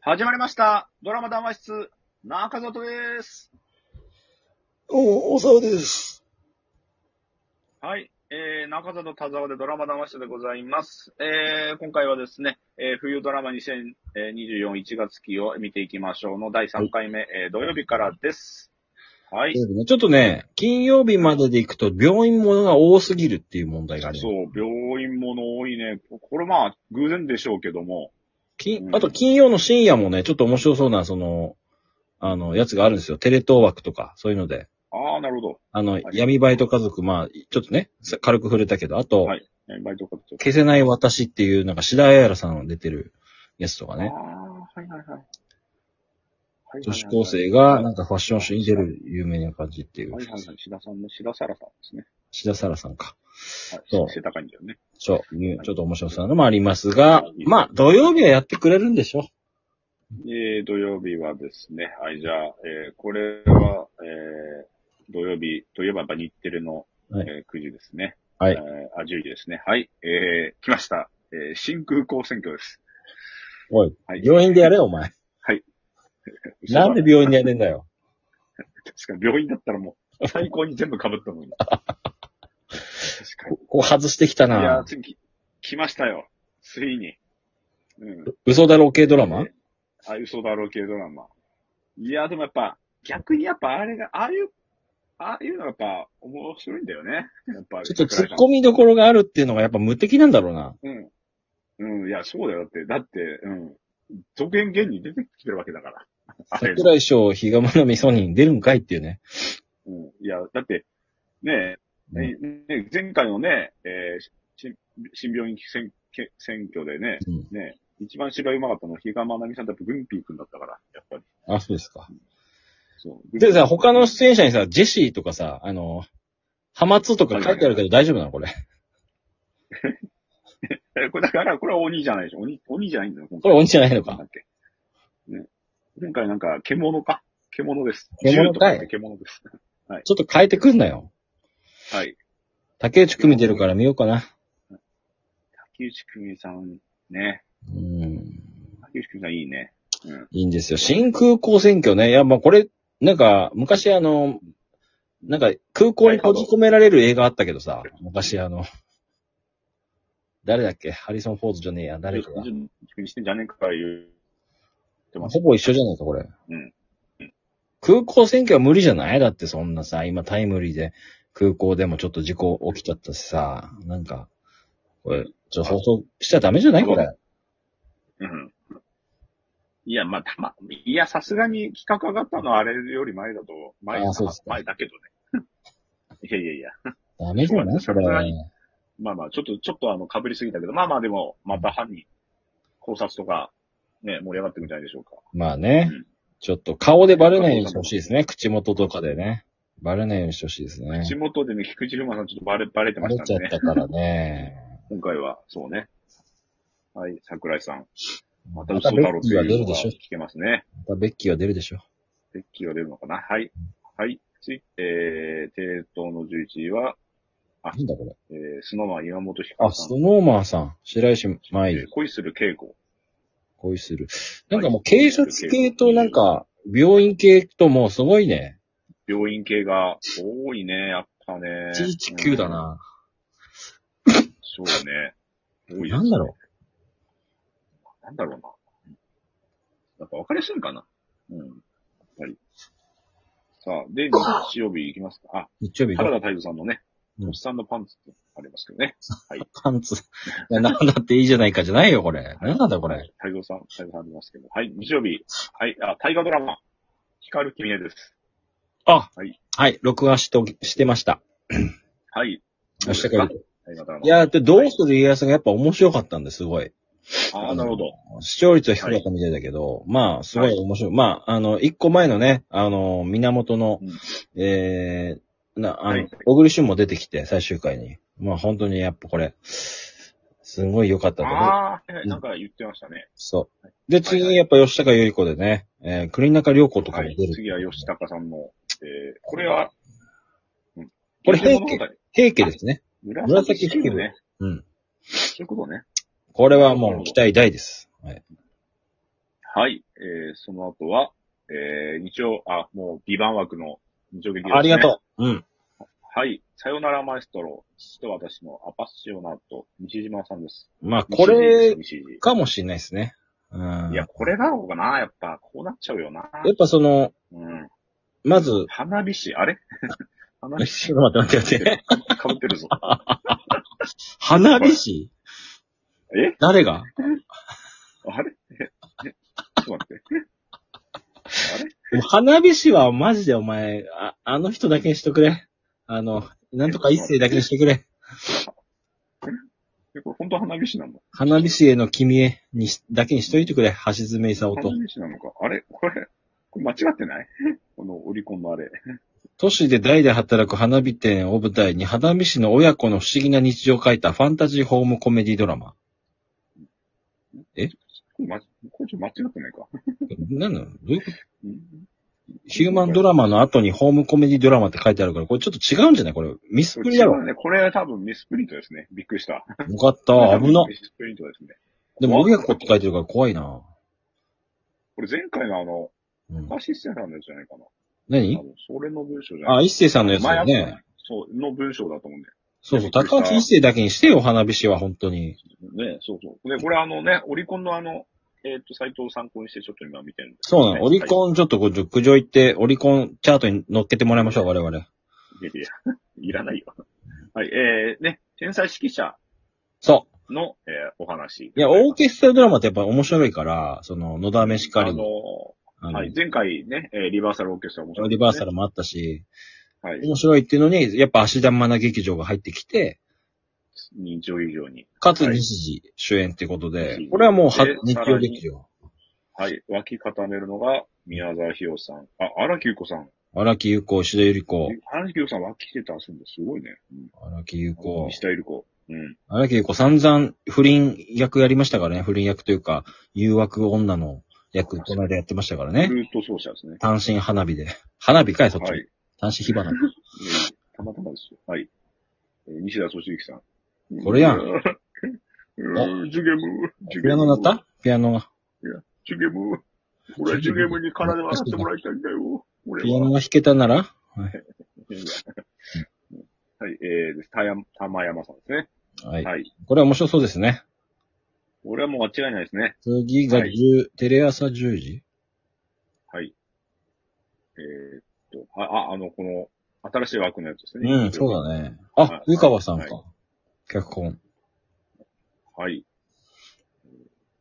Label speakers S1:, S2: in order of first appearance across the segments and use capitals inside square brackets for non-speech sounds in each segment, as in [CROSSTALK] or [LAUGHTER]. S1: 始まりました。ドラマ談話室、中里です。
S2: どうも、大沢です。
S1: はい。えー、中里田沢でドラマ談話室でございます。えー、今回はですね、えー、冬ドラマ20241月期を見ていきましょうの第3回目、えー、土曜日からです。はい。
S3: ちょっとね、金曜日までで行くと病院ものが多すぎるっていう問題がある。
S1: そう、病院もの多いね。これまあ、偶然でしょうけども。
S3: 金あと金曜の深夜もね、ちょっと面白そうな、その、あの、やつがあるんですよ。テレ東枠とか、そういうので。
S1: ああ、なるほ
S3: あの、闇バイト家族、まあ、ちょっとね、さ軽く触れたけど、あと、
S1: はいど。えーバイト活動。
S3: 消せない私っていう、なんか白井彩さんが出てるやつとか
S1: ああー
S3: ね。、
S1: はいはいはい。はいはいはい
S3: 女子高生が、なんかファッション誌に出る有名な感じっていう
S1: はい。はいはい。志田さんの志田沙羅さんですね。
S3: 白沙羅さんか。
S1: はい。
S3: そう
S1: 背高いんだよね。
S3: そう、いうちょっと面白そうなのもありますが、まあ、土曜日はやってくれるんでしょ
S1: えー、土曜日はですね、はい、じゃあ、えー、これは、えー、土曜日といえばやっぱ日テレの、
S3: はい
S1: えー9時ですね。
S3: はい
S1: えーあ、10時ですね。はい。えー、来ました。えー、新空港選挙です。
S3: おい、
S1: はい
S3: 病院でやれよ、お前。なんで
S1: 嘘
S3: 病院でやれんだよ。
S1: だ確かに病院だったらもう、最高に全部被ったのに。
S3: [LAUGHS]
S1: 確
S3: こう外してきた
S1: かに。いやー、
S3: な。
S1: 次、来ましたよ。ついに。うん。
S3: 嘘だろ系ドラマ
S1: えーあ、嘘だろう系ドラマ。いや、でもやっぱ、逆にやっぱあれが、ああいう、ああいうのがやっぱ面白いんだよね。やっぱ。
S3: ちょっと突っ込みどころがあるっていうのがやっぱ無敵なんだろうな。
S1: うん。うん、いや、そうだよ。だって、だって、うん。続編現に出てきてるわけだから。あれの
S3: 桜井翔、比嘉愛美ソニーに出るんかいっていうね。
S1: うん。いや、だって、ねえ、
S3: ね
S1: ね前回のね、えーし新病院選け選挙でね、
S3: うん
S1: ねえ一番芝居うまかったのは比嘉愛美さんだってグンピー君だったから、やっぱり。
S3: あ、そうですか。
S1: そう。
S3: でさ、他の出演者にさ、ジェシーとかさ、あの、ハマツとか書いてあるけど大丈夫なのこれ。
S1: え、これだから、これは鬼じゃないでしょ。鬼、鬼じゃないんだよ。今
S3: こ
S1: 回
S3: れ鬼じゃない
S1: な
S3: の
S1: んだ
S3: か。
S1: っけ。ね。今回なんか、獣か。獣です。
S3: 獣かい
S1: 銃とって獣です。
S3: ちょっと変えてくんなよ。
S1: はい。
S3: 竹内組出るから見ようかな。
S1: 竹内久美さん、ね。
S3: うん。
S1: 竹内久美さんいいね。うん。
S3: いいんですよ。新空港選挙ね。いや、まあこれ、なんか、昔あの、なんか、空港に閉じ込められる映画あったけどさ、昔あの、誰だっけハリソン・フォードじゃねえや、誰か
S1: 竹。内久美してんじゃねえか言う。ってます
S3: ほ。ぼ一緒じゃないか、これ。
S1: うん
S3: 空港選挙は無理じゃないだってそんなさ、今タイムリーで、空港でもちょっと事故起きちゃったしさ、なんか、これ、ちょっと放送しちゃダメじゃないこれ。
S1: うん。いや、まあ、たま、いや、さすがに企画上がったのはあれより前だと、前
S3: あーそうですか
S1: 前だけどね。 [LAUGHS] いやいやいや。
S3: ダメじゃないそれ。
S1: まあまあ、ちょっと、ちょっとあの、被りすぎたけど、まあまあでも、また犯人、考察とか、ね、盛り上がっていくんじゃないでしょうか。
S3: まあね
S1: うん。
S3: ちょっと顔でバレないようにしてほしいですね。口元とかでね。バレないようにしてほしいですね。
S1: 地元でね、菊池風磨さんちょっとバレ、バレてま
S3: バレ
S1: し
S3: ちゃ
S1: た
S3: っ
S1: ね。
S3: たからね。
S1: 今回は、そうね。はい、桜井さん。ま
S3: ま
S1: た
S3: た
S1: 嘘
S3: ベ
S1: だろう
S3: ッ
S1: と
S3: キーが
S1: い
S3: 出
S1: う
S3: る
S1: の
S3: で
S1: が
S3: しょ
S1: 聞。けますね。
S3: またベッキーが出るでしょ。
S1: ベッキーが出るのかなはい。はい。つい、えー、帝東の11位は、
S3: なんだこれ。
S1: えー、スノーマン岩本ひか
S3: あ、
S1: るさ
S3: ス
S1: ん。
S3: ノーマーさん。白石麻
S1: え
S3: 衣
S1: ー、恋する稽古。
S3: 恋する。なんかもう警察系となんか、病院系ともうすごいね。
S1: 病院系が多いね、やっぱね。
S3: 119だな。
S1: うん。そうね。多いです
S3: なんだろ
S1: なんだろうな。やっぱ分かりやすいんかな。うん。やっぱり。さあ、で、日曜日行きますか。あ、
S3: う。日曜日
S1: 原
S3: が
S1: 田泰造さんのね、
S3: うん
S1: おっさんのパンツってありますけどね。
S3: パンツ。いや、なんだっていいじゃないかじゃないよ、これ。なんなんだこれ。
S1: 泰造さん、泰造さんありますけど。はい、日曜日。はい、あ、大河ドラマ、光る君へです。
S3: あ
S1: はい
S3: はい、録画しと、してました。
S1: はい。
S3: 明日から
S1: どうですか大河ドラマ。
S3: いや、で、どうする家康がやっぱ面白かったんですごい。
S1: ああ、なるほど。
S3: 視聴率は低かったみたいだけど、まあ、すごい面白い。まあ、あの、一個前のね、あの、源の、
S1: うん
S3: えー、な、あ
S1: は
S3: の
S1: い、
S3: 小栗旬も出てきて、最終回に。まあ、本当にやっぱこれ、すごい良かったんだけど
S1: ああ、はいはいなんか言ってましたね。
S3: そう。で、次にやっぱ吉高由里子でね、えー、栗中良子とか
S1: は
S3: も
S1: い
S3: 出る。。
S1: 次は吉高さんの、えー、これは、うん
S3: これ平家
S1: 源氏物語
S3: 平家ですね。
S1: 紫式部ね。
S3: うん。
S1: そういうことね。
S3: これはもう期待大です。はい。
S1: はい。えー、その後は、えー、日曜、あ、もう、ビバン枠の日曜劇場ですね、
S3: ありがとう。うん。
S1: はい。さよならマエストロ、父と私のアパッシオナート、西島さんです。
S3: まあ、これ
S1: 西島西
S3: かもしれないですね。うん。
S1: 島い
S3: や
S1: や、これなのかなやっぱ、こうなっちゃうよな。
S3: っぱその、
S1: うん。
S3: まず、 [LAUGHS]
S1: 花火師、あれ花火師
S3: ちょっと待って待って待って。
S1: かぶってるぞ。
S3: 花火師
S1: え
S3: 誰が
S1: あれ [LAUGHS] ええちょっと待って。あれ
S3: 花火師はマジでお前、ああの人だけにしとくれ。あの、なんとか一世だけにしてくれ。
S1: えこれ本当花火師なの
S3: 花火師への君へにしだけにしといてくれ。橋爪功と。
S1: 花火師なのかあれこれ、これ間違ってない [LAUGHS] このオリコンのあれ。
S3: 都市で代々働く花火店を舞台に花火師の親子の不思議な日常を描いたファンタジーホームコメディドラマ。
S1: これま、これちょっと間違ってないか。
S3: なんなのどういうこと
S1: うん
S3: ヒューマンドラマの後にホームコメディドラマって書いてあるから、これちょっと違うんじゃないこれ、ミスプリだろ。
S1: 違うね。これは多分ミスプリントですね。びっくりした。
S3: よかった、危な。
S1: ミスプリントですね。
S3: でも、親子って書いてるから怖いな。
S1: これ前回のあの、
S3: うん、
S1: アシステントなんじゃないかな。多
S3: 何
S1: 分それの文章じゃない
S3: あ、一星さんのやつだよ
S1: 前あった
S3: ね。
S1: そう、の文章だと思うんだよ。
S3: そうそう、高橋一星だけにしてよ、花火師は、本当に。
S1: ね、そうそう。で、これあのね、オリコンのあの、えっ、と、サイトを参考にしてちょっと今見てるんですけ
S3: そう
S1: どね、
S3: なの、オリ
S1: ン。
S3: コンちょっとこう、苦情行って、オリコンチャートに乗っけてもらいましょう、我々。
S1: いやいや、 [LAUGHS] いらないよ。はい、えー、ね、天才指揮者
S3: そう。
S1: の、えーお話。
S3: いや、オーケストラドラマってやっぱ面白いから、その、野田めしか
S1: あ
S3: り
S1: の
S3: の、あ
S1: ー、
S3: の
S1: はい、前回ね、えーリバーサルオーケストラ面白い、
S3: リバーサル。もあったし、
S1: はい、
S3: 面白いっていうのに、やっぱ芦田愛菜劇場が入ってきて、
S1: 認知以上に。
S3: かつ
S1: はい
S3: 西次主演ってことで、
S1: 西次
S3: これはもうは
S1: で
S3: 日
S1: さ
S3: 曜
S1: らに
S3: 劇場。
S1: はい。脇固めるのが、宮沢ひよさん。あ、荒木優子さん。
S3: 荒木優子、石田ゆり子、
S1: 荒木優子さん脇着てたらすんだ。すごいね。うん。
S3: 荒木優子。
S1: 西田ゆり子。うん。
S3: 荒木優子散々不倫役やりましたからね。不倫役というか、誘惑女の役、この間やってましたからね。
S1: ルート奏者ですね。
S3: 単身花火で。花火かい、そっち。
S1: はい。
S3: 単身火
S1: [LAUGHS] え
S3: 花。
S1: ーたまたまですよ。はい。えー西田敏行さん。
S3: これやん
S1: うーうージュゲム、ジュ
S3: ピ
S1: ゲ
S3: ア
S1: ム。
S3: ノなったピアノが。
S1: ジュゲム。俺はジュゲムに体を洗ってもらいたいんだよ。俺
S3: ピアノ
S1: は。
S3: が弾けたなら
S1: はい、えー、たや、玉山さんですね。
S3: はい。
S1: はい。
S3: これは面白そうですね。
S1: 俺はもう間違いないですね。
S3: 次が10、
S1: はい
S3: テレ朝10時
S1: はい。えーっと、あ、あ、あの、この、新しい枠のやつですね。
S3: うん、そうだね。あ
S1: は、い
S3: 湯川さんか
S1: は。
S3: 脚本。
S1: はい。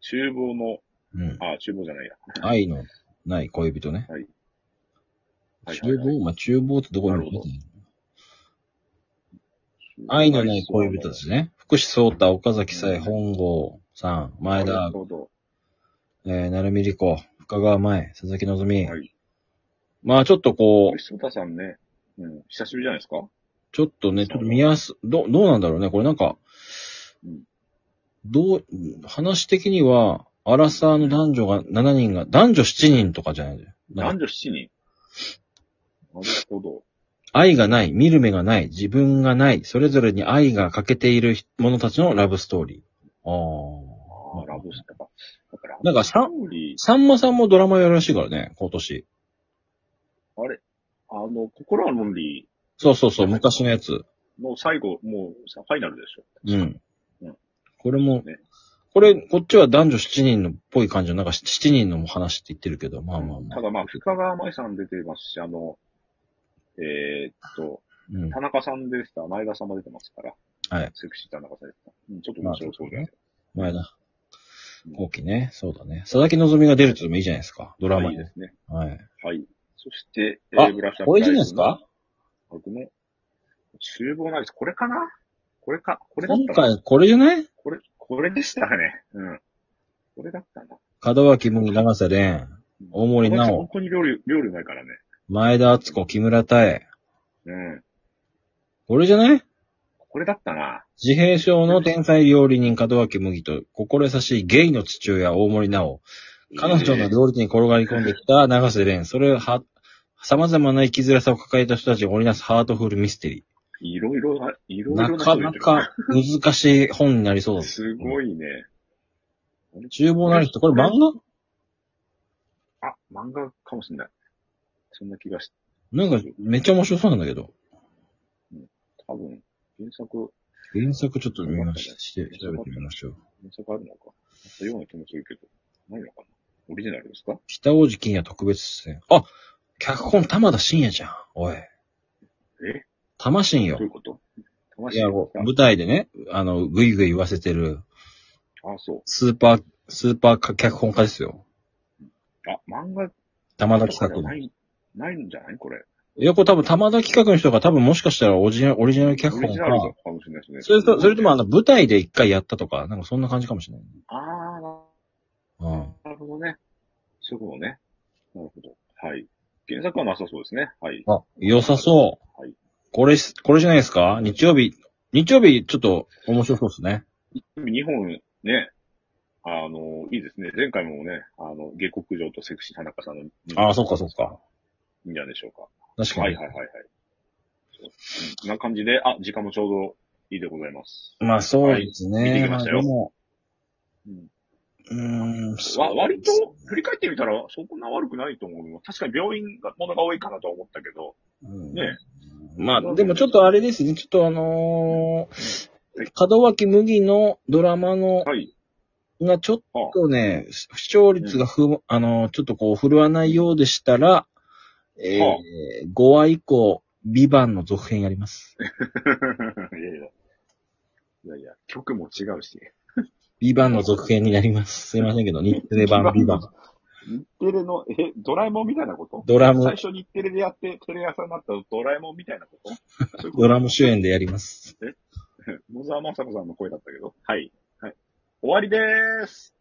S1: 厨房の、
S3: うん。
S1: あ、厨房じゃないや。
S3: 愛のない恋人ね。
S1: はいはいはい
S3: 厨
S1: はい
S3: 房まあ、厨房ってどこに
S1: なるほど
S3: 愛のない恋人ですね。福士蒼太、岡崎さえ、本郷さん、
S1: は
S3: 前
S1: い。な
S3: 田
S1: る、ほど。
S3: えー、成美里子、深川前、佐々木希。
S1: はい。
S3: まあちょっとこう、
S1: 磯田さんね、うん、久しぶりじゃないですか
S3: ちょっとね、ちょっと見やす、どう、どうなんだろうね。これなんか
S1: うん、
S3: どう、話的には、アラサーの男女が、7人が、男女7人とかじゃないんだよ。なんか
S1: 男女7人。なるほど。
S3: 愛がない、見る目がない、自分がない、それぞれに愛が欠けている者たちのラブストーリー。あ
S1: あ
S3: あ
S1: あ、。ラブスターか。だから、
S3: なんかさ
S1: ラブストーリー
S3: さんまさんもドラマやるらしいからね、今年。
S1: あの、心はロンリ
S3: そうそうそう、昔のやつ。
S1: ーの最後、もうさ、ファイナルでしょ。
S3: うん
S1: うん。
S3: これも
S1: ね、
S3: これ、こっちは男女7人のっぽい感じの、なんか7人のも話って言ってるけど、まあまあまあ。
S1: ただまあ、深川舞さん出てますし、あの、えーっと、
S3: うん
S1: 田。中さんでした、前田さんも出てますから。
S3: はい。
S1: セクシー田中さんですか。うん、ちょっと面白そうじゃないですか。
S3: 前だ。後期ね、そうだね。佐々木希が出るっていうのもいいじゃないですか、ドラマ
S1: いい
S3: に
S1: で。すね。
S3: はい。
S1: はい。そして、え
S3: あ
S1: ブラッシュアップ
S3: これじゃないです
S1: ライブの
S3: か
S1: 僕も、厨房なんです。これかなこれか、これだっ
S3: 今
S1: たな。
S3: 回、これじゃない
S1: これ、これでしたね。うん。これだったな。
S3: 門脇麦、長瀬廉、大森
S1: こいつ
S3: 奈
S1: 本
S3: 緒、
S1: 当に料理、料理ないからね。
S3: 前田敦子、木村太江。
S1: うん。
S3: これじゃない
S1: これだったな。
S3: 自閉症の天才料理人、門脇麦と、心優しいゲイの父親、大森奈緒。彼女の
S1: えー
S3: 料理に転がり込んできた長瀬廉。それは、様々な生きづらさを抱えた人たちが織りなすハートフルミステリ
S1: いろいろな、いろ
S3: ー。
S1: いろ
S3: なかなか難しい本になりそう
S1: 人
S3: だ
S1: が出てる。すごいね。
S3: 厨房なる人、これ漫画
S1: あ、漫画かもしれない。そんな気がし、
S3: なんか、めっちゃ面白そうなんだけど。
S1: 多分、原作、
S3: 原作ちょっと見ましして、調べてみましょう。
S1: 原作あるのか。あったような気もするけど、ないのかな。オリジナルですか
S3: 北王子金也特別出演。あ脚本玉田真也じゃん。おい。
S1: え
S3: 玉真
S1: ど
S3: よ
S1: うい。うこと
S3: い
S1: 魂
S3: や、
S1: あ
S3: もう舞台でね、あの、ぐいぐい言わせてる、
S1: あ、そ
S3: スーパー、スーパーか脚本家ですよ。
S1: う。あ、漫画
S3: 玉田
S1: とかじ
S3: 企
S1: ゃ
S3: 画
S1: な
S3: の。い
S1: い、ないんじゃないこれ。
S3: や、これ多分玉田企画の人が多分もしかしたらオリジナルオリジナル脚
S1: オリ
S3: 本
S1: ジ
S3: か
S1: ナ、ルかもしれないですね。
S3: それと、それともあの、舞台で一回やったとか、なんかそんな感じかもしれない。
S1: ああ、
S3: うん。
S1: なるほどね。そういうことね。なるほど。はい。原作はなさそうですね。はい。
S3: あ、良さそう。
S1: はい
S3: これ、これじゃないですか日曜日、日曜日ちょっと面白そうですね。
S1: 2本ね、あの、いいですね。前回もね、あの、下克上とセクシー田中さんの、
S3: ああ、そっかそっか。
S1: いいんじゃないでしょう
S3: 確
S1: か。
S3: か
S1: はい
S3: に。
S1: はいはいはい。そうこんな感じで、あ、時間もちょうどいいでございます。
S3: まあそうですね。
S1: はい見てきましたよ
S3: あでも
S1: うん
S3: うーん。
S1: わ、割と、振り返ってみたら、そんな悪くないと思うよ。確かに病院が、ものが多いかなとは思ったけど、 [LAUGHS]
S3: うん
S1: ね。
S3: まあ、でもちょっとあれですね、ちょっとあのー、門脇麦のドラマの、
S1: はい。
S3: がちょっ
S1: あ、
S3: とね、視聴率がふ、あのー、ちょっとこう振るわないようでしたら、えー
S1: はあ
S3: 5話以降、ビバンの続編やります。
S1: いやいや。いやいや、曲も違うし。
S3: ビバンの続編になります。すいませんけど、日テレ版ビバン。
S1: 日テレの、え、ドラえもんみたいなこと
S3: ドラム
S1: 最、初日テレでやって、テレ朝になったらドラえもんみたいな
S3: [LAUGHS]
S1: ことそういうこと
S3: ドラ
S1: [LAUGHS]
S3: ム主演でやります。
S1: 野沢雅子さんの声だったけど。はい。はい。終わりでーす。